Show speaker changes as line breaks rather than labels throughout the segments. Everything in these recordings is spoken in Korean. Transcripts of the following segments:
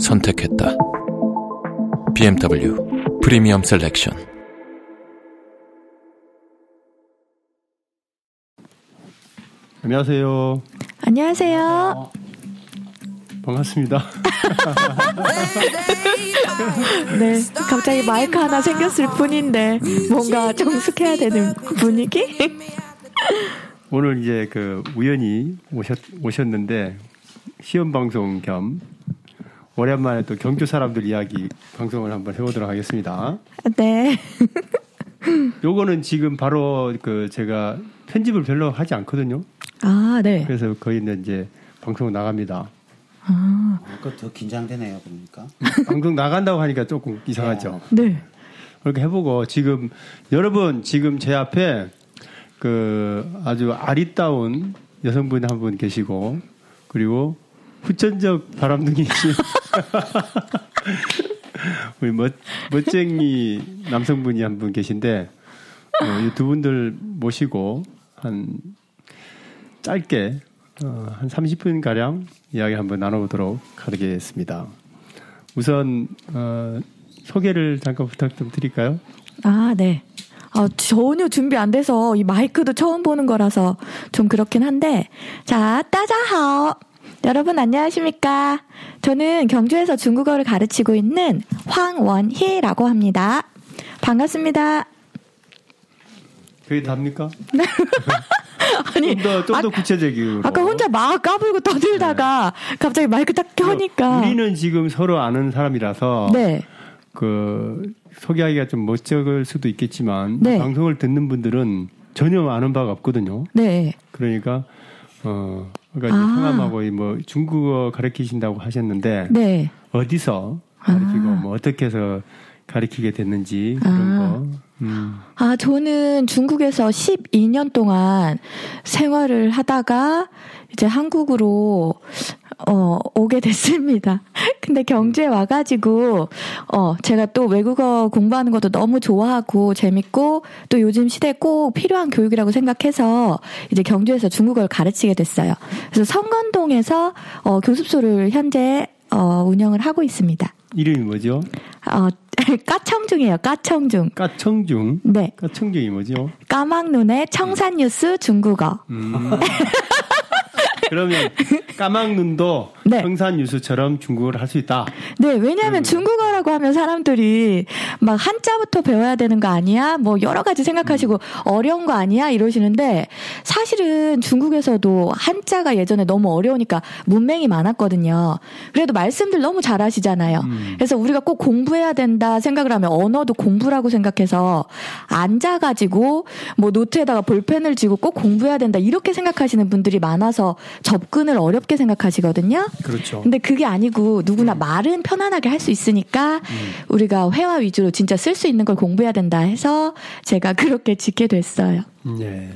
선택했다. BMW 프리미엄 셀렉션.
안녕하세요.
안녕하세요.
반갑습니다.
네, 갑자기 마이크 하나 생겼을 뿐인데 뭔가 정숙해야 되는 분위기?
오늘 이제 그 우연히 오셨, 오셨는데 시험 방송 겸 오랜만에 또 경주 사람들 이야기 방송을 한번 해보도록 하겠습니다.
네.
요거는 지금 바로 그 제가 편집을 별로 하지 않거든요.
아, 네.
그래서 거의 이제 방송 나갑니다.
아까 더 긴장되네요, 그러니까.
방송 나간다고 하니까 조금 이상하죠.
네.
그렇게 해보고 지금 여러분 지금 제 앞에 그 아주 아리따운 여성분 한 분 계시고 그리고 후천적 바람둥이신 우리 멋, 멋쟁이 남성분이 한 분 계신데 어, 이 두 분들 모시고 한 짧게 어, 한 30분 가량 이야기 한번 나눠보도록 하겠습니다. 우선 어, 소개를 잠깐 부탁 좀 드릴까요?
아, 네. 아, 전혀 준비 안 돼서 이 마이크도 처음 보는 거라서 좀 그렇긴 한데. 자, 따자하오. 여러분 안녕하십니까? 저는 경주에서 중국어를 가르치고 있는 황원희라고 합니다. 반갑습니다.
그게 답니까?
아니,
네. 좀더좀 더 구체적으로.
아까 혼자 막 까불고 떠들다가 갑자기 마이크 딱 켜니까
네. 우리는 지금 서로 아는 사람이라서
네.
그 소개하기가 좀 멋쩍을 수도 있겠지만
네.
방송을 듣는 분들은 전혀 아는 바가 없거든요.
네.
그러니까 어 그러니까
아.
이 성함하고 이뭐 중국어 가르치신다고 하셨는데
네. 아.
어디서 가르치고 뭐 어떻게 해서 가르치게 됐는지 그런 거. 음.
아, 저는 중국에서 12년 동안 생활을 하다가 이제 한국으로 어, 오게 됐습니다. 근데 경주에 와가지고, 어, 제가 또 외국어 공부하는 것도 너무 좋아하고 재밌고, 또 요즘 시대에 꼭 필요한 교육이라고 생각해서 이제 경주에서 중국어를 가르치게 됐어요. 그래서 성건동에서 어, 교습소를 현재 어, 운영을 하고 있습니다.
이름이 뭐죠?
어, 까청중이에요, 까청중.
까청중.
네.
까청중이 뭐죠?
까막눈의 청산뉴스 중국어.
음. 그러면 까막눈도
네.
청산 유수처럼 중국어를 할 수 있다.
네,
음.
왜냐하면 중국어라고 하면 사람들이 막 한자부터 배워야 되는 거 아니야? 뭐 여러 가지
음.
생각하시고 어려운 거 아니야? 이러시는데 사실은 중국에서도 한자가 예전에 너무 어려우니까 문맹이 많았거든요. 그래도 말씀들 너무 잘하시잖아요.
음.
그래서 우리가 꼭 공부해야 된다 생각을 하면 언어도 공부라고 생각해서 앉아가지고 뭐 노트에다가 볼펜을 쥐고 꼭 공부해야 된다 이렇게 생각하시는 분들이 많아서 접근을 어렵게 생각하시거든요.
그렇죠. 음.
근데 그게 아니고 누구나 말은 편안하게 할 수 있으니까 우리가 회화 위주로 진짜 쓸 수 있는 걸 공부해야 된다 해서 제가 그렇게 짓게 됐어요.
네.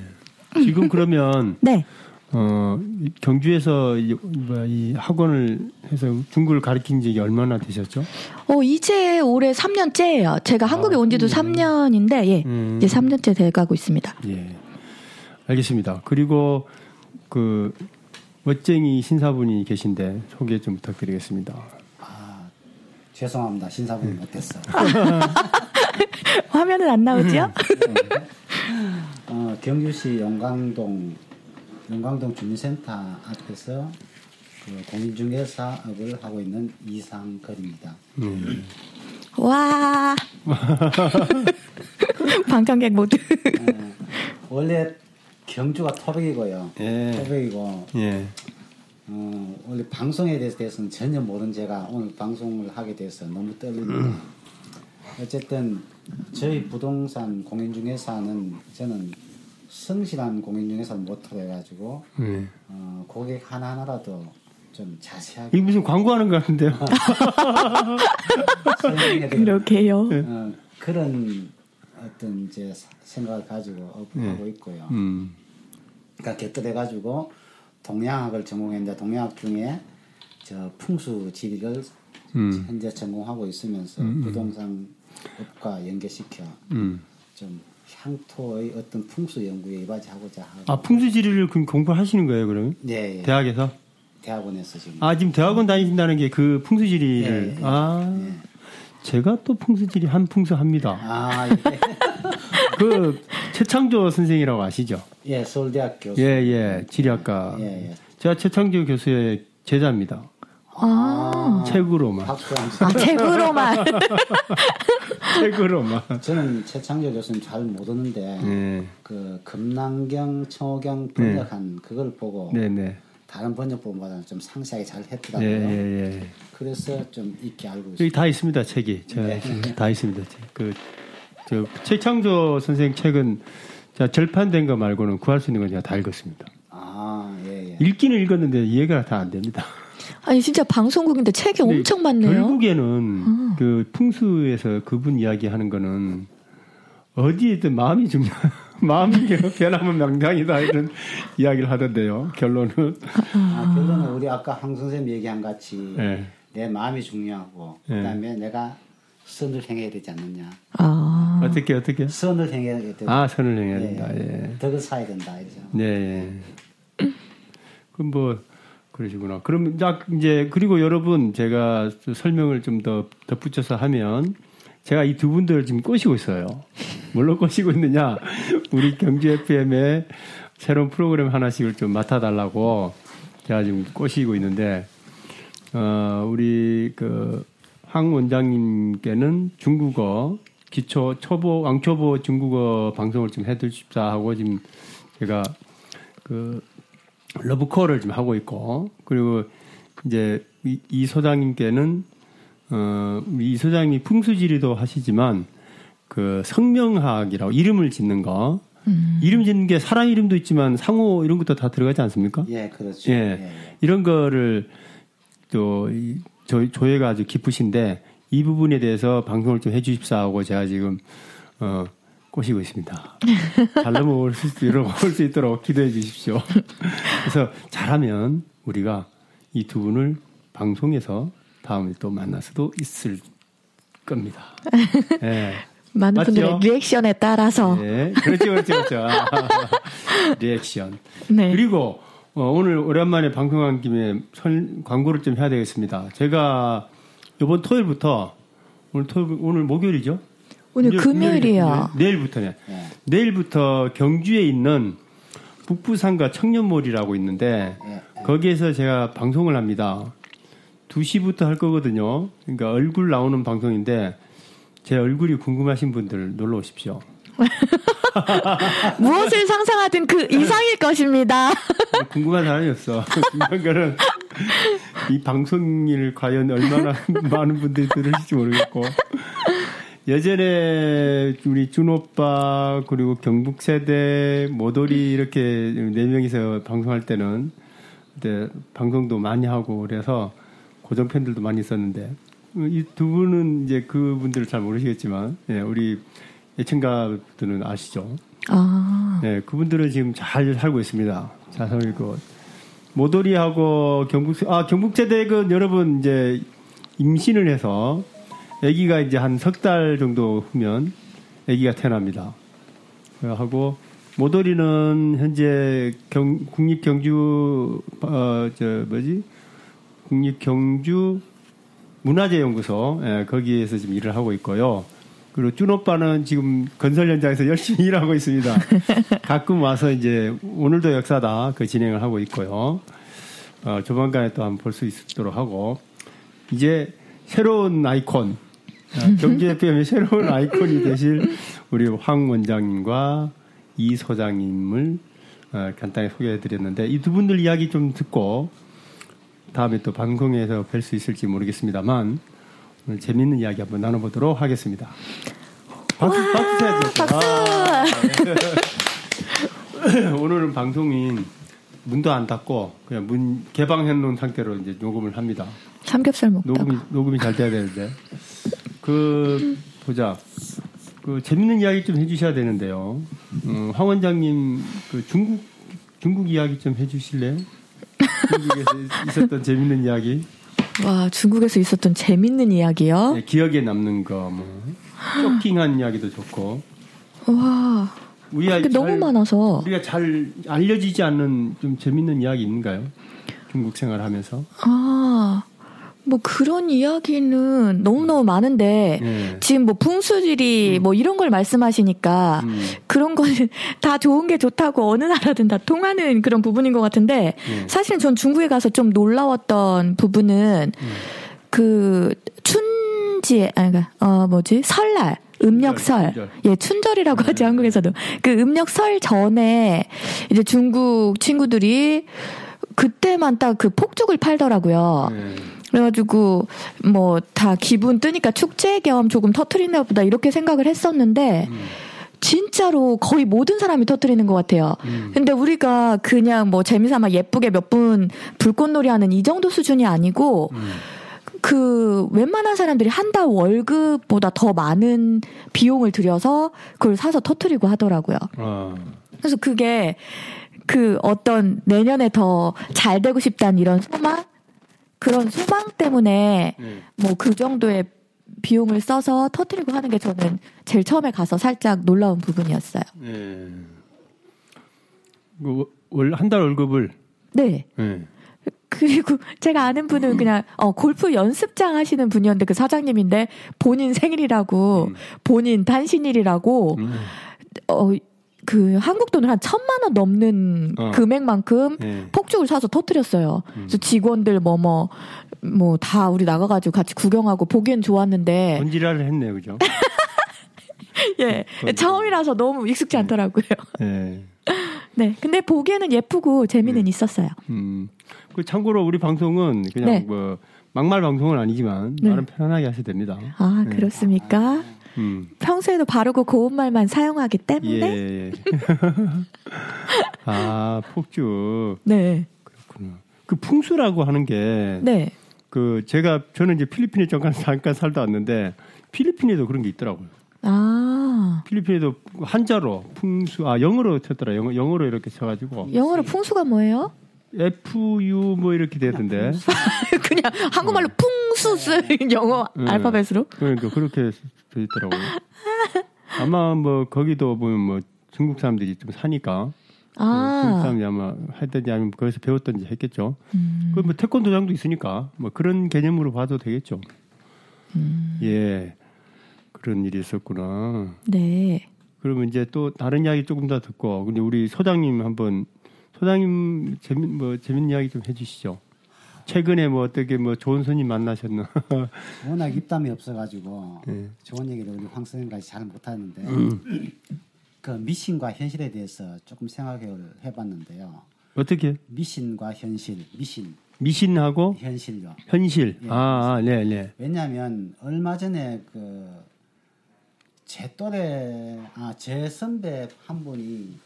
지금 그러면
네.
어, 이 경주에서 이, 뭐야, 이 학원을 해서 중국을 가르친 지 얼마나 되셨죠?
어, 이제 올해 3년째예요. 제가 한국에 온 지도 3년인데 예.
아, 음.
이제 3년째 돼 가고 있습니다.
예. 알겠습니다. 그리고 그 멋쟁이 신사분이 계신데 소개 좀 부탁드리겠습니다.
아, 죄송합니다. 신사분이 못했어요.
화면은 안 나오죠?
어, 경주시 영광동, 영광동 주민센터 앞에서 그 공인중개사 업을 하고 있는 이상걸입니다.
와. 방청객 모두.
어, 원래 경주가 토백이고요.
예.
토백이고,
예.
어, 원래 방송에 대해서- 대해서는 전혀 모르는 제가 오늘 방송을 하게 돼서 너무 떨립니다. 어쨌든 저희 부동산 공인중개사는 저는 성실한 공인중개사를 모토로 해가지고
예.
어, 고객 하나하나라도 좀 자세하게
이게 무슨 광고하는 거 같은데요?
설명해야 되겠다.
그렇게요.
네.
어, 그런 어떤 이제 사- 생각을 가지고 업하고 있고요.
음.
그러니까 객들해 가지고 동양학을 전공했는데 동양학 중에 저 풍수 지리를
음.
현재 전공하고 있으면서 부동산 업과 연계시켜
음.
좀 향토의 어떤 풍수 연구에 이바지하고자 하고
아 풍수지리를 그럼 공부하시는 거예요 그러면?
예, 예.
대학에서?
대학... 원에서 지금
아 지금 대학원 다니신다는 게 그 풍수지리를
예, 예.
아 제가 또 풍수지리 한 풍수합니다.
아, 예.
그 최창조 선생이라고 아시죠?
예, 서울대학 교수
예예 지리학과
예, 예.
제가 최창조 교수의 제자입니다.
아,
책으로만
학교하면서
아, 책으로만.
책으로만
저는 최창조 교수는 잘 모르는데
예.
그 금남경 청호경 번역한 그걸 보고
네. 네네
다른 번역본보다는 좀 상세하게 잘 했더라고요.
예예예
그래서 좀 익게 알고
여기
있어요.
다 있습니다 책이 제가 지금 다 있습니다 책. 그, 저 최창조 선생 책은 제가 절판된 거 말고는 구할 수 있는 건 제가 다 읽었습니다.
아, 예, 예.
읽기는 읽었는데 이해가 다 안 됩니다.
아니 진짜 방송국인데 책이
근데
엄청 많네요. 음.
결국에는 그 풍수에서 그분 이야기하는 거는 어디에든 마음이 중요. 마음이 변하면 명당이다 이런 이야기를 하던데요. 결론은
아, 결론은 우리 아까 황 선생님 얘기한 같이
예.
내 마음이 중요하고
예.
그다음에 내가 선을 행해야 되지 않느냐.
아.
어떻게 어떻게
선을 행해야 된다.
아 선을 행해야 된다. 예.
덕을 사야 된다. 이죠.
네. 그럼 뭐 그러시구나. 그럼 이제 아까 이제 그리고 여러분 제가 좀 설명을 좀 더 덧붙여서 하면 제가 이 두 분들 지금 꼬시고 있어요. 뭘로 꼬시고 있느냐? 우리 경주 FM의 새로운 프로그램 하나씩을 좀 맡아달라고 제가 지금 꼬시고 있는데 어, 우리 그 황 원장님께는 중국어 기초 초보 왕초보 중국어 방송을 좀 해드십사 하고 지금 제가 그 러브콜을 좀 하고 있고 그리고 이제 이, 이 소장님께는 어, 우리 이 소장님이 풍수지리도 하시지만 그 성명학이라고 이름을 짓는 거 이름 짓는 게 사람 이름도 있지만 상호 이런 것도 다 들어가지 않습니까?
예, 그렇죠.
예.
예, 예.
이런 거를 또 이- 조, 조예가 아주 깊으신데 이 부분에 대해서 방송을 좀 해주십사 하고 제가 지금 어, 꼬시고 있습니다. 잘 넘어올 수, 있- 넘어올 수 있도록 기도해 주십시오. 그래서 잘하면 우리가 이 두 분을 방송에서 다음에 또 만날 수도 있을 겁니다. 예.
많은
맞죠?
분들의 리액션에 따라서
네, 그렇죠, 그렇죠, 그렇죠. 리액션.
네.
그리고 어, 오늘 오랜만에 방송한 김에 설, 광고를 좀 해야 되겠습니다. 제가 이번 토요일부터 오늘 토요일, 오늘 목요일이죠?
오늘
금요-
금요일이요.
금요일, 내일부터네. 내일부터 경주에 있는 북부상가 청년몰이라고 있는데 거기에서 제가 방송을 합니다. 2시부터 할 거거든요. 그러니까 얼굴 나오는 방송인데 제 얼굴이 궁금하신 분들 놀러 오십시오.
무엇을 상상하든 그 이상일 것입니다.
궁금한 사람이었어. 중요한 거는 이 방송일 과연 얼마나 많은 분들이 들으실지 모르겠고 예전에 우리 준 오빠 그리고 경북 세대 모돌이 이렇게 네 명이서 방송할 때는 그때 방송도 많이 하고 그래서 고정 팬들도 많이 있었는데 이 두 분은 이제 그분들을 잘 모르시겠지만 예, 우리 예청가들은 아시죠?
아,
네, 그분들은 지금 잘 살고 있습니다. 잘 살고 있고. 모돌이하고 경북, 아, 경북제대는 여러분 이제 임신을 해서 아기가 이제 한 석 달 정도 후면 아기가 태어납니다. 하고 모돌이는 현재 경, 국립경주, 어, 저, 뭐지? 국립경주 문화재연구소 예, 거기에서 지금 일을 하고 있고요. 그리고 준 오빠는 지금 건설 현장에서 열심히 일하고 있습니다. 가끔 와서 이제 오늘도 역사다 그 진행을 하고 있고요. 어, 조만간에 또 한번 볼 수 있도록 하고 이제 새로운 아이콘 아, 경기 FM의 새로운 아이콘이 되실 우리 황 원장님과 이 소장님을 어, 간단히 소개해드렸는데 이 두 분들 이야기 좀 듣고 다음에 또 방송에서 뵐 수 있을지 모르겠습니다만 오늘 재밌는 이야기 한번 나눠보도록 하겠습니다. 박수, 박수 쳐야죠.
박수!
아, 오늘은 방송인 네. 문도 안 닫고 그냥 문 개방해 놓은 상태로 이제 녹음을 합니다.
삼겹살 먹다가
녹음이 녹음이 잘 돼야 되는데 그 보자 그 재밌는 이야기 좀 해주셔야 되는데요. 음, 황 원장님 그 중국 중국 이야기 좀 해주실래요? 중국에서 있었던 재밌는 이야기,
와 중국에서 있었던 재밌는 이야기요.
네, 기억에 남는 거, 뭐 쇼킹한 이야기도 좋고
와
우리가
그게 너무
잘-
많아서
우리가 잘 알려지지 않는 좀 재밌는 이야기 있는가요? 중국 생활하면서
아. 뭐 그런 이야기는 너무너무 많은데
네.
지금 뭐 풍수지리 뭐 이런 걸 말씀하시니까
음.
그런 거는 다 좋은 게 좋다고 어느 나라든 다 통하는 그런 부분인 것 같은데
네.
사실은 전 중국에 가서 좀 놀라웠던 부분은 그 춘지 아니 그러니까, 어 뭐지 설날 음력설
춘절.
예 춘절이라고 하죠 한국에서도 그 음력설 전에 이제 중국 친구들이 그때만 딱 그 폭죽을 팔더라고요.
네.
그래가지고 뭐 다 기분 뜨니까 축제 겸 조금 터트리나 보다 이렇게 생각을 했었는데 진짜로 거의 모든 사람이 터트리는 것 같아요. 근데 우리가 그냥 뭐 재미삼아 예쁘게 몇 분 불꽃놀이 하는 이 정도 수준이 아니고 그 웬만한 사람들이 한 달 월급보다 더 많은 비용을 들여서 그걸 사서 터트리고 하더라고요.
아,
그래서 그게 그 어떤 내년에 더 잘 되고 싶다는 이런 소망 그런 소망 때문에
네.
뭐 그 정도의 비용을 써서 터뜨리고 하는 게 저는 제일 처음에 가서 살짝 놀라운 부분이었어요.
예. 그 월한 달 월급을
네.
예.
그리고 제가 아는 분은 그냥 어 골프 연습장 하시는 분이었는데 그 사장님인데 본인 생일이라고 본인 단신일이라고
음.
어 그 한국 돈으로 한 천만 원 넘는
어.
금액만큼
예. 음.
폭죽을 사서 터뜨렸어요. 그래서 직원들 뭐 뭐 뭐 다 우리 나가가지고 같이 구경하고 보기엔 좋았는데
번지랄을 했네요, 그죠?
예
그건-
처음이라서 너무
네.
익숙지 않더라고요.
예.
네, 근데 보기에는
네.
예쁘고 재미는 있었어요.
음. 그 참고로 우리 방송은 그냥
네.
뭐 막말 방송은 아니지만
네.
말은 편안하게 하셔도 됩니다.
아
네.
그렇습니까?
음.
평소에도 바르고 고운 말만 사용하기
예.
때문에
예. 아, 폭죽.
네,
그렇구나. 그 풍수라고 하는 게
네,
그 제가 저는 이제 필리핀에 잠깐 잠깐 살다 왔는데 필리핀에도 그런 게 있더라고요.
아
필리핀에도 한자로 풍수 아 영어로 쳤더라. 영어 영어로 이렇게 쳐 가지고
영어로 풍수가 뭐예요?
FU 뭐 이렇게 되던데.
그냥 한국말로 풍수 쓰는 영어
네.
알파벳으로?
그러니까 그렇게 돼 있더라고요. 아마 뭐 거기도 보면 뭐 중국 사람들이 좀 사니까 중국
아,
사람이 아마 했든지 아니면 거기서 배웠든지 했겠죠.
음,
그뭐 태권도장도 있으니까 뭐 그런 개념으로 봐도 되겠죠.
음.
예, 그런 일이 있었구나.
네,
그러면 이제 또 다른 이야기 조금 더 듣고 근데 우리 소장님 한번 소장님 재미 뭐 재밌는 이야기 좀 해주시죠. 최근에 뭐 어떻게 뭐 좋은 손님 만나셨나?
워낙 입담이 없어가지고
예.
좋은 얘기를 우리 황선생까지 잘 못하는데
음.
그 미신과 현실에 대해서 조금 생각을 해봤는데요.
어떻게
미신과 현실, 미신,
미신하고
현실요.
현실.
예.
아, 아, 네, 네.
왜냐하면 얼마 전에 그 제 또래 아 제 선배 한 분이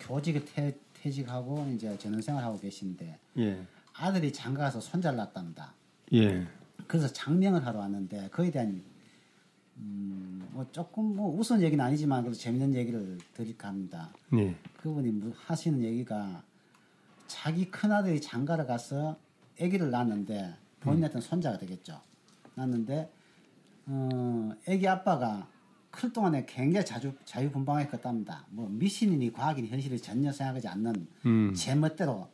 교직에 퇴, 퇴직하고 이제 전원생활 하고 계신데
예,
아들이 장가가서 손잘났답니다.
예.
그래서 장명을 하러 왔는데 그에 대한 음, 뭐 조금 뭐 우스운 얘기는 아니지만 그래도 재밌는 얘기를 드릴까 합니다.
네.
그분이 무- 하시는 얘기가 자기 큰아들이 장가를 가서 아기를 낳았는데
음.
본인한테는 손자가 되겠죠. 낳았는데 어, 아기 아빠가 클 동안에 굉장히 자주 자유분방했겠답니다. 뭐 미신이니 과학이니 현실을 전혀 생각하지 않는
음.
제 멋대로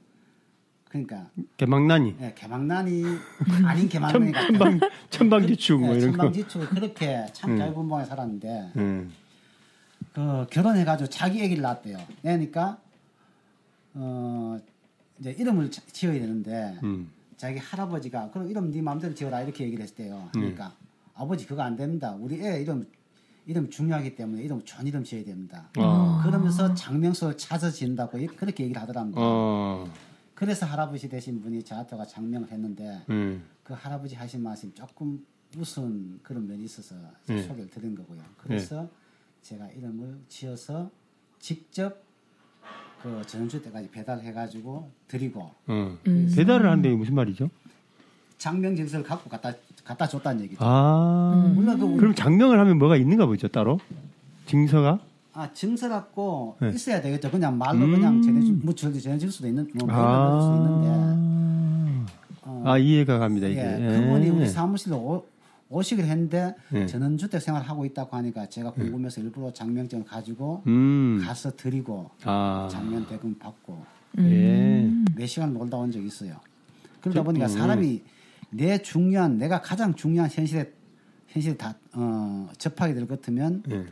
그러니까
개망나니.
예, 개망난이 아닌 개망난이 같은
천방 천방지축 뭐
예,
이런 거. 음.
천방지축을 그렇게 참 자유분방에 살았는데
예.
그 결혼해가지고 자기 아기를 낳았대요. 그러니까 어 이제 이름을 자- 지어야 되는데
음.
자기 할아버지가 그럼 이름 네 마음대로 지어라 이렇게 얘기를 했대요.
음.
그러니까 아버지 그거 안 됩니다. 우리 애 이름 이름 중요하기 때문에 이름 전 이름 지어야 됩니다.
아.
그러면서 장명소를 찾아 지는다고 이- 그렇게 얘기를 하더랍니다.
어.
그래서 할아버지 되신 분이 저한테가 장명을 했는데
예.
그 할아버지 하신 말씀 조금 무슨 그런 면이 있어서
예.
소개를 드린 거고요. 그래서 제가 이름을 지어서 직접 그 그 전주 때까지 배달해가지고 드리고
어. 배달을 한다는 게 무슨 말이죠?
장명 증서를 갖고 갖다 갖다 줬다는 얘기죠.
아.
물론 그 우리-
그럼 장명을 하면 뭐가 있는가 보죠, 따로? 증서가?
아 증서 갖고
네.
있어야 되겠죠. 그냥 말로 그냥 전해줄 뭐 전- 전해줄 수도 있는 뭐
음. 아.
받을 수 있는데 어,
아, 이해가 갑니다, 이게.
예,
예.
그분이 우리 사무실로 오, 오시기로 했는데
예.
저는 주택 생활하고 있다고 하니까 제가 궁금해서 일부러 장명증 가지고
음.
가서 드리고
아.
장면 대금 받고
예.
몇 시간 놀다 온 적이 있어요. 그러다 보니까 사람이 내 중요한 내가 가장 중요한 현실에 현실에 다 어, 접하게 될 것 같으면
예.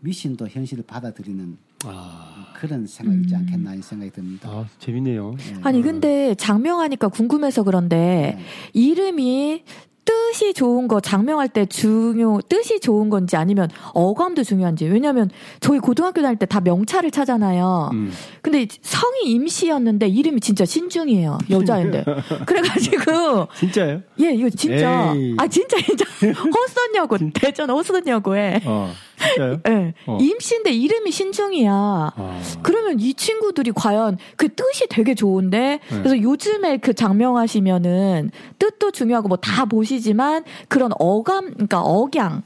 미신도 현실을 받아들이는
아.
그런 생각이지 않겠나 이 생각이 듭니다. 예.
아, 재밌네요.
음.
네.
아니 네. 근데 장명하니까 궁금해서 그런데 이름이 뜻이 좋은 거 장명할 때 중요 뜻이 좋은 건지 아니면 어감도 중요한지 왜냐면 저희 고등학교 다닐 때 다 명찰을 차잖아요.
음.
근데 성이 임시였는데 이름이 진짜 신중이에요 여자인데 그래가지고
진짜요?
예 이거 진짜
에이.
아 진짜 진짜 호수원여고 대전 호수원여고에
어. 진짜요?
예
어.
임시인데 이름이 신중이야.
아.
그러면 이 친구들이 과연 그 뜻이 되게 좋은데
네.
그래서 요즘에 그 장명하시면은 뜻도 중요하고 뭐 다 보시지만 그런 어감 그러니까 억양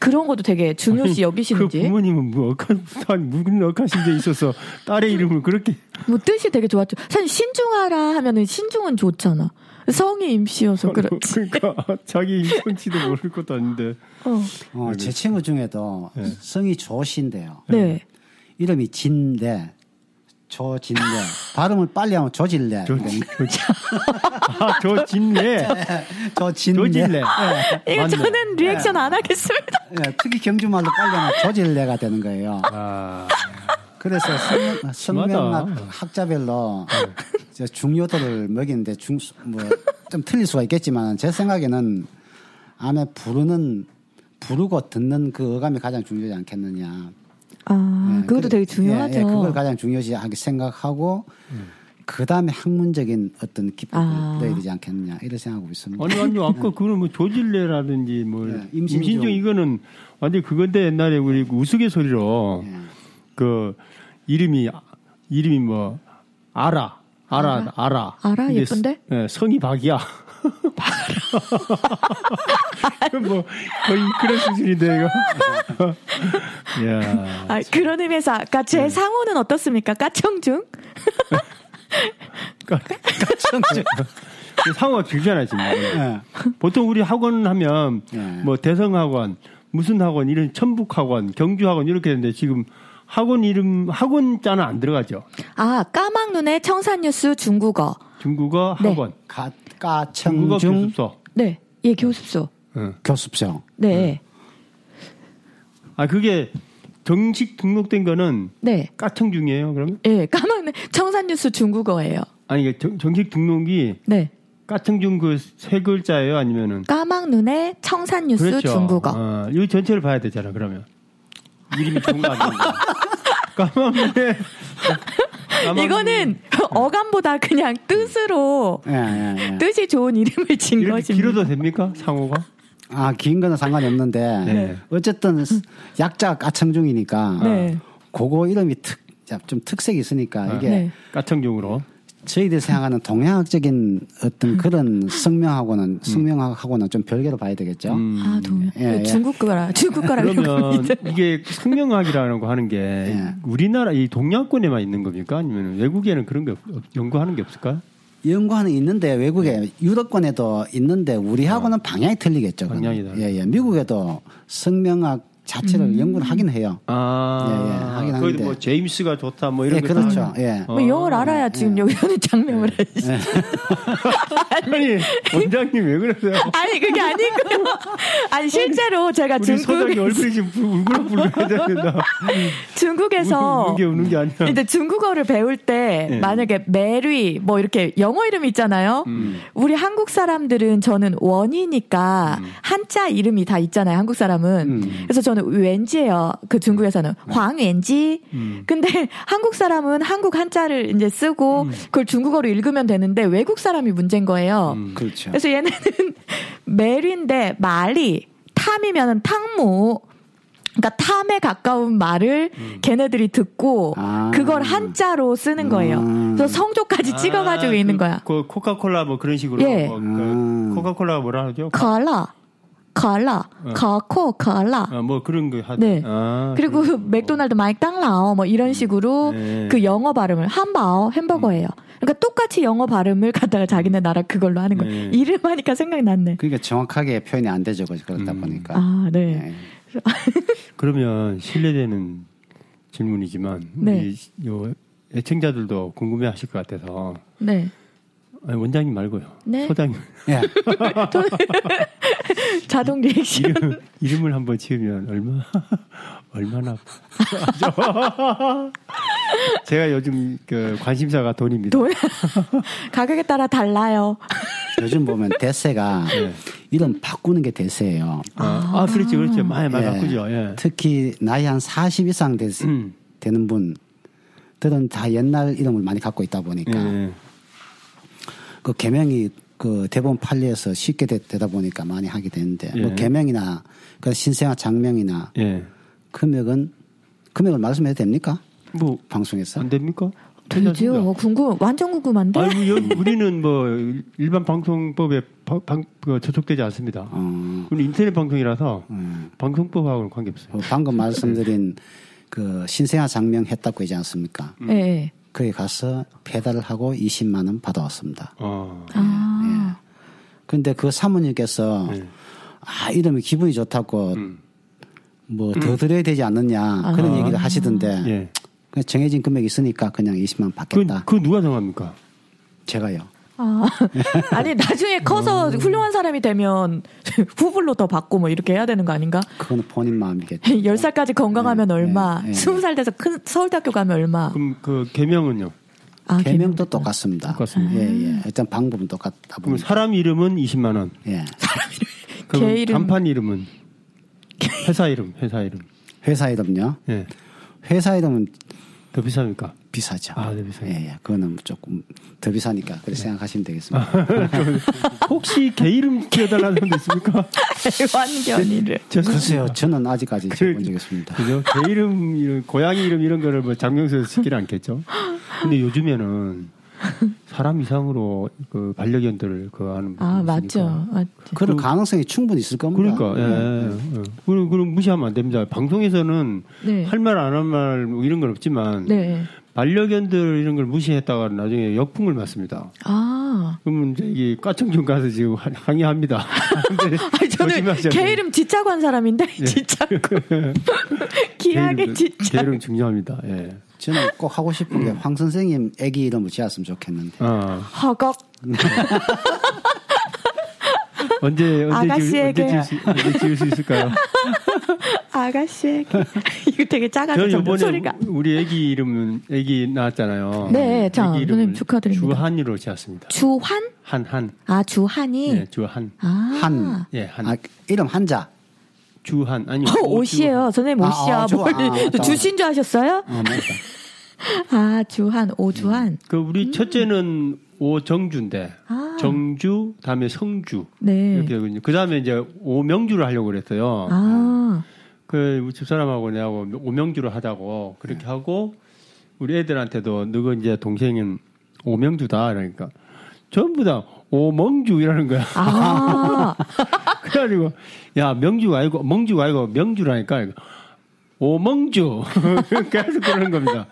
그런 것도 되게 중요시
그
여기시는지
부모님은 뭐 억한 무슨 무슨 억한 심정이 있어서 딸의 이름을 그렇게
뭐 뜻이 되게 좋았죠. 사실 신중하라 하면은 신중은 좋잖아. 성이 임시여서 그렇지.
그러니까 자기 인성치도 모를 것도 아닌데
어.
어, 제 친구 중에도 성이 조신데요.
네.
이름이 진대 조진대 발음을 빨리 하면 그러니까 조질래
아, 저 진례 저 네.
조진대
진례
이거 저는 리액션
네.
안 하겠습니다.
예, 특히 경주말로 빨리 하면 조질래가 되는 거예요.
아,
그래서 성- 성명학
심하다.
학자별로 이제 중요도를 먹이는데 중뭐좀 틀릴 수가 있겠지만 제 생각에는 안에 부르는 부르고 듣는 그 어감이 가장 중요하지 않겠느냐.
아,
예,
그것도
그래-
되게
예, 예, 그걸
중요하죠.
가장 중요시하게 생각하고 그다음에 학문적인 어떤 기법을
아.
넣어야 되지 않겠느냐 이런 생각하고 있습니다.
아니 아니 아까 그거는 뭐 조질례라든지 뭐
네, 임신종. 네.
임신종 이거는 완전 그건데 옛날에 우리 그 우스갯소리로
예.
그 이름이 이름이 뭐 아라 아라 아라
아라?
이게
예쁜데?
스- 예, 성이 박이야. 뭐 거의 그런 수준인데 이거. 야.
아, 그런 의미에서 아까 제 상호는 어떻습니까? 까청중?
상호가 길잖아요 지금.
예.
보통 우리 학원 하면
네.
뭐 대성학원, 무슨 학원 이런 천북학원, 경주학원 이렇게 되는데 지금 학원 이름 학원 자는 안 들어가죠.
아, 까막눈의 청산뉴스 중국어.
중국어
네.
학원,
가,
중국어
까청중
교습소.
네. 예, 교습소.
교습성.
네.
아 그게 정식 등록된 거는
네.
까청중이에요. 그러면
예, 까막눈 청산뉴스 중국어예요.
아니 이게 정, 정식 등록이
네.
까청중 그 세 글자예요, 아니면은
까막눈의 청산뉴스 중국어.
어, 이 전체를 봐야 되잖아 그러면 이름이 좋은 거 아니에요? 까만데
이거는 어감보다 그냥 뜻으로
예, 예, 예.
뜻이 좋은 이름을 진
이렇게
것입니다.
길어도 됩니까 상호가?
아, 긴 거는 상관없는데
네.
어쨌든 약자 까청중이니까
네.
그거 이름이 특, 좀 특색이 있으니까
아.
이게
네.
까청중으로.
저희들이 생각하는 동양학적인
음.
어떤 그런
음.
성명하고는 성명학하고는 좀 별개로 봐야 되겠죠.
아, 동요.
예, 예.
중국 거라. 중국 거라고 예.
그러면
합니다.
이게 성명학이라는 거 하는 게 우리나라 이 동양권에만 있는 겁니까? 아니면 외국에는 그런 게 없, 연구하는 게 없을까요?
연구하는 있는데
네.
외국에 유럽권에도 있는데 우리하고는 방향이 틀리겠죠. 그러면.
아. 방향이 다르죠.
예, 예. 미국에도 성명학 자체를
음.
연구를 하긴 해요. 예, 예.
아,
하긴
거기
하는데.
뭐 제임스가 좋다 뭐 이런
예,
거
그렇죠. 예.
뭐 영어를 알아야 지금 여기서는 장명을 하시죠.
아니 원장님 왜 그러세요?
아니 그게 아니고요. 아니 실제로 제가
우리 서장이
중국
얼굴이 지금 울그락불그락해졌다.
중국에서
우는 예. 게 우는 게 아니라.
근데 중국어를 배울 때 만약에 메리 뭐 이렇게 영어 이름 있잖아요.
음.
우리 한국 사람들은 저는 원이니까
음.
한자 이름이 다 있잖아요. 한국 사람은. 그래서 저는 왠지예요. 그 중국에서는
음.
황왠지. 근데 한국 사람은 한국 한자를 이제 쓰고
음.
그걸 중국어로 읽으면 되는데 외국 사람이 문제인 거예요.
음.
그렇죠.
그래서 얘네는 메리인데 마리 탐이면은 탕무 그러니까 탐에 가까운 말을 걔네들이 듣고
아.
그걸 한자로 쓰는 거예요. 그래서 성조까지 찍어가지고 있는 거야.
아, 그 코카콜라 뭐 그런 식으로.
예.
뭐, 그
음.
코카콜라 뭐라 하죠?
컬러, 컬러, 가코 컬러.
아, 뭐 그런 거 하죠.
네.
아,
그리고
그런 거.
맥도날드 마이크 땅라오 뭐 이런 식으로
네.
그 영어 발음을 함바오 햄버거예요. 그러니까 똑같이 영어 발음을 갖다가 자기네 나라 그걸로 하는 거예요.
네.
이름 하니까 생각났네.
그러니까 정확하게 표현이 안 되죠. 그러다
음.
보니까.
아, 네.
예.
그러면 실례되는 질문이지만
네.
우리 요 애청자들도 궁금해하실 것 같아서
네.
아니, 원장님 말고요.
네.
소장님
예.
자동 리액션.
이름, 이름을 한번 지으면 얼마 얼마나 제가 요즘 그 관심사가 돈입니다.
돈 가격에 따라 달라요.
요즘 보면 대세가
예.
이름 바꾸는 게 대세예요.
아, 아, 그렇지 그렇지 많이 많이
예.
바꾸죠. 예.
특히 나이 한 40 이상 되,
음.
는 분들은 다 옛날 이름을 많이 갖고 있다
네.
보니까
예.
그 개명이 그 대본 판례에서 쉽게 되, 다 보니까 많이 하게 되는데
예.
뭐 개명이나 그 신생아 장명이나
예.
금액은 금액을 말씀해도 됩니까?
뭐 안
방송에서?
됩니까?
되죠. 뭐 궁금, 완전 궁금한데.
아니, 여- 우리는 뭐 일반 방송법에 방, 방, 그 저촉되지 않습니다.
어,
우리 인터넷 방송이라서 방송법하고는 관계없어요.
그 어, 예. 방금 말씀드린 그 신생아 장명 했다고 하지 않습니까?
음.
예, 예.
거기 가서 배달을 하고 20만 원 받아왔습니다.
어.
아,
근데 그 사모님께서
네.
아 이름이 기분이 좋다고
음.
뭐 더 드려야 되지 않느냐 그런 얘기를 하시던데
예.
그냥 정해진 금액이 있으니까 그냥 20만
그,
받겠다.
그 누가 정합니까?
제가요.
아. 아니, 나중에 커서
음.
훌륭한 사람이 되면 후불로 더 받고 뭐 이렇게 해야 되는 거 아닌가?
그거는 본인 마음이겠죠.
10살까지 건강하면 얼마,
네, 네.
20살 돼서 큰 서울대학교 가면 얼마.
그럼 그 개명은요?
아, 개명.
개명도 똑같습니다.
똑같습니다.
예, 예. 일단 방법은 똑같다
그럼
보니까.
사람 이름은 20만 원.
예.
그럼
개 이름.
간판 이름은 회사 이름, 회사 이름.
회사 이름요.
예.
회사 이름은
더 비쌉니까?
비싸죠.
아, 네, 비싸요. 네.
예, 예. 그거는 조금 더 비싸니까 그렇게 생각하시면 되겠습니다.
아, 혹시 개 이름 지어달라는 사람도 있습니까?
완견이를.
글쎄요. 저는 아직까지
그-
지어본 적이 없습니다.
그죠? 개 이름, 이런, 고양이 이름 이런 거를 뭐 장명서에서 짓기는 않겠죠? 근데 요즘에는 사람 이상으로 그 반려견들을 그 하는
아,
분이
맞죠.
있으니까.
맞죠.
그럴 가능성이 충분히 있을 겁니다.
그러니까
네.
예. 예. 그럼 그럼 무시하면 안 됩니다. 방송에서는
네.
할 말 안 할 말뭐 이런 건 없지만
네.
반려견들 이런 걸 무시했다가 나중에 역풍을 맞습니다.
아.
그러면 이제 이 과청중 가서 지금 항- 항의합니다. 근데
아니, 저는
조심하셔야
개
돼요. 예.
이름 지짜고 한 사람인데, 지짜고. 귀하게
개 이름도-
지짜.
개 이름 중요합니다. 예.
저는 꼭 하고 싶은
음.
게 황 선생님 애기 이름을 지었으면 좋겠는데.
아,
허걱.
언제 언제 지을,
아가씨에게.
언제 지을 수, 언제 지을 수 있을까요?
아가씨에게. 이거 되게 작아서
저는
점점
이번에 뭐
소리가.
우리 아기 이름은 아기 낳았잖아요.
네, 자,
아기 이름을
선생님 축하드립니다.
주한이로 지었습니다.
주환?
한 한.
아, 주환이?
예, 주한.
아.
한.
예, 한.
아, 이름 한자.
주한 아니
어, 옷이에요. 선생님
아,
옷이야.
아, 주-
뭘
아, 맞다,
주신 줄 아셨어요?
아, 맞다.
아, 주한, 오주한.
그 우리 첫째는 오정주인데
음. 아.
정주 다음에 성주
네.
이렇게 되거든요. 그 다음에 이제 오명주를 하려고 그랬어요.
아,
그 우리 집사람하고 내하고 오명주를 하자고 그렇게 하고 우리 애들한테도 너가 이제 동생은 오명주다 그러니까 전부 다 오멍주 이라는 거야.
아,
그래가지고 야 명주가 아니고 멍주가 아니고 명주라니까 오멍주 그래서 그러는 겁니다.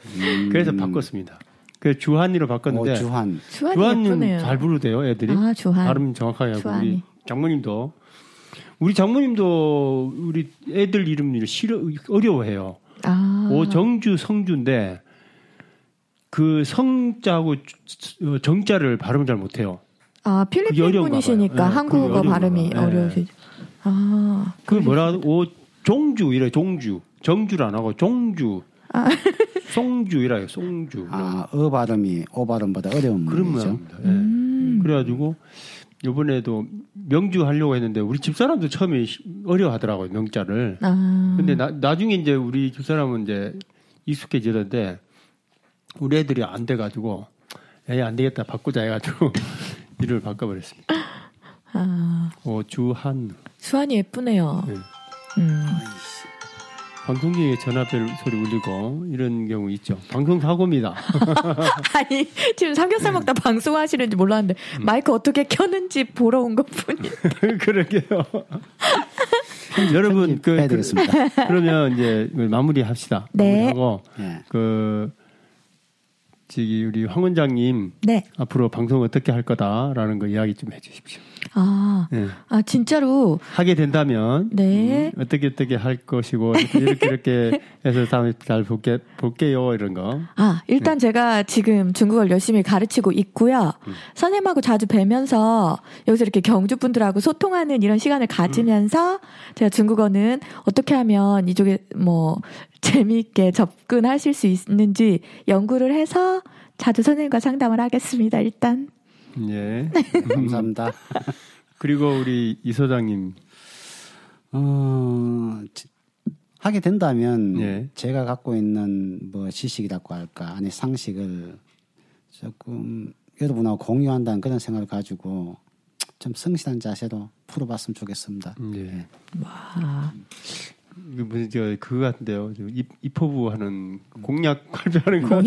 그래서 바꿨습니다. 그 주한이로 바꿨는데
음. 어, 주한.
주한이
주한님
예쁘네요.
잘 부르대요 애들이
아, 주한.
발음 정확하게 하고 우리
주한이.
장모님도 우리 장모님도 우리 애들 이름을 싫어 어려워해요.
아,
오정주 성주인데 그 성자하고 주- 어, 정자를 발음을 잘 못해요.
아
그게
필리핀
어려운가
분이시니까
봐요. 예,
한국어
그게 어려운가
발음이
봐요. 예.
어려우시죠. 아,
그 뭐라 오 종주 이래 종주 정주를 안 하고 종주
아.
송주 이래요 송주
아, 그렇죠. 어 발음이 오 발음보다 어려운
그런
말이죠.
모양입니다. 예.
음.
그래가지고 요번에도 명주 하려고 했는데 우리 집 사람도 처음에 시- 어려워하더라고요 명자를.
아,
근데 나, 나중에 이제 우리 집 사람은 이제 익숙해지던데 우리 애들이 안 돼가지고 에안 되겠다 바꾸자 해가지고 이를 바꿔버렸습니다.
아,
어 주한
주한이 예쁘네요.
네.
음,
방송국에 전화벨 소리 울리고 이런 경우 있죠. 방송 사고입니다.
아니 지금 삼겹살
네.
먹다 방송하시는지 몰랐는데
음.
마이크 어떻게 켰는지 보러 온 것뿐이.
그러게요. 여러분 그,
빼야
그
되겠습니다.
그러면 이제 마무리합시다.
네.
하고
예.
그 저기 우리 황 원장님
네.
앞으로 방송 어떻게 할 거다라는 거 이야기 좀 해주십시오.
아,
네.
예.
아 진짜로
하게 된다면
네.
음, 어떻게 어떻게 할 것이고 이렇게 이렇게 해서 다음에 잘 볼게 볼게요 이런 거.
아, 일단 제가 지금 중국어를 열심히 가르치고 있고요. 선생님하고 자주 뵈면서 여기서 이렇게 경주 분들하고 소통하는 이런 시간을 가지면서 제가 중국어는 어떻게 하면 이쪽에 뭐 재미있게 접근하실 수 있는지 연구를 해서 자주 선생님과 상담을 하겠습니다. 일단 네.
예.
감사합니다.
그리고 우리 이 소장님.
어, 지- 하게 된다면
예.
제가 갖고 있는 뭐 지식이라고 할까 아니 상식을 조금 여러분하고 공유한다는 그런 생각을 가지고 좀 성실한 자세로 풀어봤으면 좋겠습니다.
예.
와,
그 무슨 저 그거 같은데요. 저 입, 입호부 하는 공약 발표하는 거.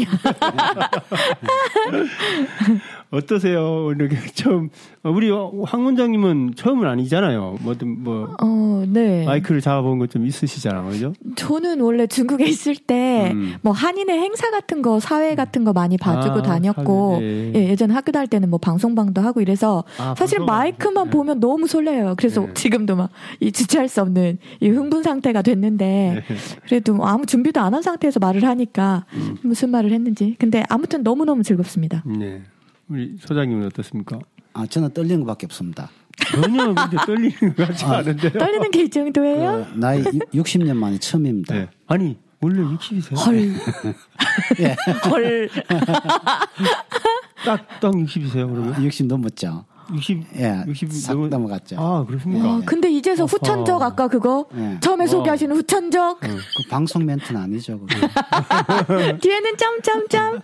어떠세요? 이렇게 처음 어, 우리 황 원장님은 처음은 아니잖아요. 뭐든 뭐
어, 네.
마이크를 잡아본 것 좀 있으시잖아요, 그죠?
저는 원래 중국에 있을 때 뭐
음.
한인의 행사 같은 거 사회 같은 거 많이 봐주고
아,
다녔고
사회, 예.
예, 예전에 학교 다닐 때는 뭐 방송방도 하고 이래서
아,
사실
방송방.
마이크만 보면 너무 설레요. 그래서
예.
지금도 막 이 주체할 수 없는 이 흥분 상태가 됐는데 그래도 아무 준비도 안 한 상태에서 말을 하니까 무슨 말을 했는지 근데 아무튼 너무 너무 즐겁습니다.
네. 우리 소장님은 어떻습니까?
아 저는 떨리는 것밖에 없습니다.
전혀 근데 떨리는 것 같지 않은데.
떨리는 게 이
그
정도예요?
나이 60년 만에 처음입니다.
네. 아니 원래 60이세요?
헐. 헐.
딱딱 60이세요 그러면?
60 넘었죠.
60,
예,
60
싹
넘어-
넘어갔죠.
아 그렇습니까?
와, 근데 이제서 후천적 아까 그거
예.
처음에 소개하시는 후천적
네.
그 방송 멘트는 아니죠. 그거.
뒤에는 점점점.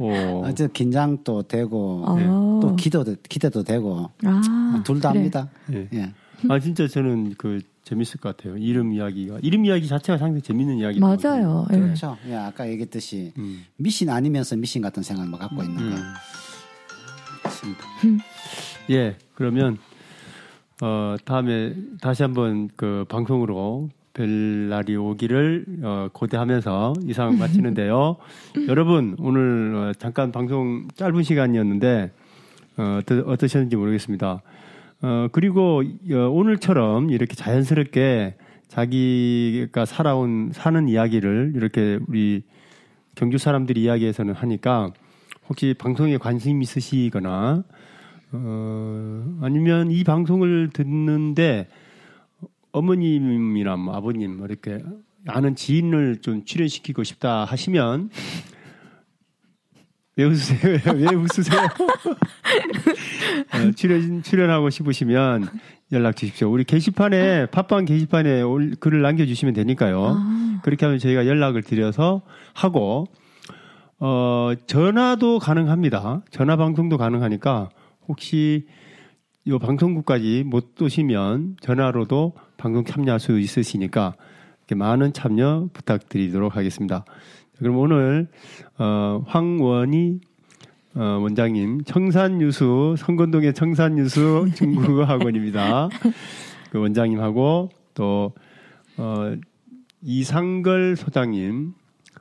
오호.
아, 저 긴장도 되고 네.
어.
또 기도도 기대도 되고
아,
둘 다
그래.
합니다.
예.
예.
아 진짜 저는 그 재밌을 것 같아요. 이름 이야기가 이름 이야기 자체가 상당히 재밌는 이야기.
맞아요. 예.
그렇죠. 예, 아까 얘기했듯이
음.
미신 아니면서 미신 같은 생각을 막 갖고 있는 거. 맞습니다.
예, 그러면 어, 다음에 다시 한번 그 방송으로 별 날이 오기를 어, 고대하면서 이상 마치는데요. 여러분 오늘 어, 잠깐 방송 짧은 시간이었는데 어, 어떠, 어떠셨는지 모르겠습니다. 어, 그리고 어, 오늘처럼 이렇게 자연스럽게 자기가 살아온 사는 이야기를 이렇게 우리 경주 사람들이 이야기에서는 하니까 혹시 방송에 관심 있으시거나 어, 아니면 이 방송을 듣는데 어머님이나 뭐 아버님 뭐 이렇게 아는 지인을 좀 출연시키고 싶다 하시면 왜 웃으세요? 왜 웃으세요? 어, 출연 출연하고 싶으시면 연락 주십시오. 우리 게시판에 팟빵 게시판에 올- 글을 남겨주시면 되니까요. 그렇게 하면 저희가 연락을 드려서 하고 어, 전화도 가능합니다. 전화 방송도 가능하니까 혹시 이 방송국까지 못 오시면 전화로도 방송 참여할 수 있으시니까 이렇게 많은 참여 부탁드리도록 하겠습니다. 그럼 오늘 어, 황원희 어, 원장님 청산유수 성건동의 청산유수 중국어 학원입니다. 그 원장님하고 또 어, 이상걸 소장님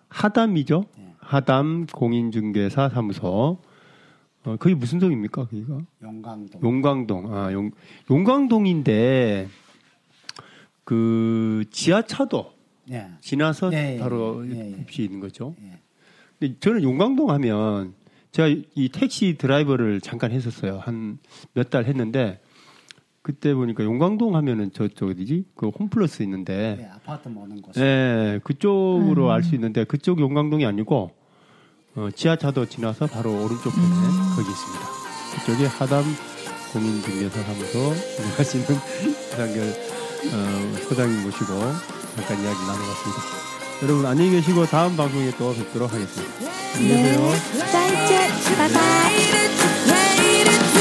하담이죠. 하담 공인중개사 사무소. 어, 그게 무슨 동입니까? 거기가
용광도.
용광동. 아, 용 용광동인데 그 지하차도
예.
네. 지나서
예, 예,
바로
예, 예.
입시 있는 거죠.
예.
근데 저는 용광동 하면 제가 이 택시 드라이버를 잠깐 했었어요. 한 몇 달 했는데 그때 보니까 용광동 하면은 저쪽 어디지? 그 홈플러스 있는데
예, 아파트 모는 곳.
예, 그쪽으로 알 수 있는데 그쪽 용광동이 아니고 어, 지하차도 지나서 바로 오른쪽 편에 거기 있습니다. 그쪽에 하담 공인중개사 사무소 운영하시는 이상결 어, 소장님 모시고 잠깐 이야기 나눠봤습니다. 여러분 안녕히 계시고 다음 방송에 또 뵙도록 하겠습니다. 안녕히 계세요.
짤짤. 바이바이.
Waited to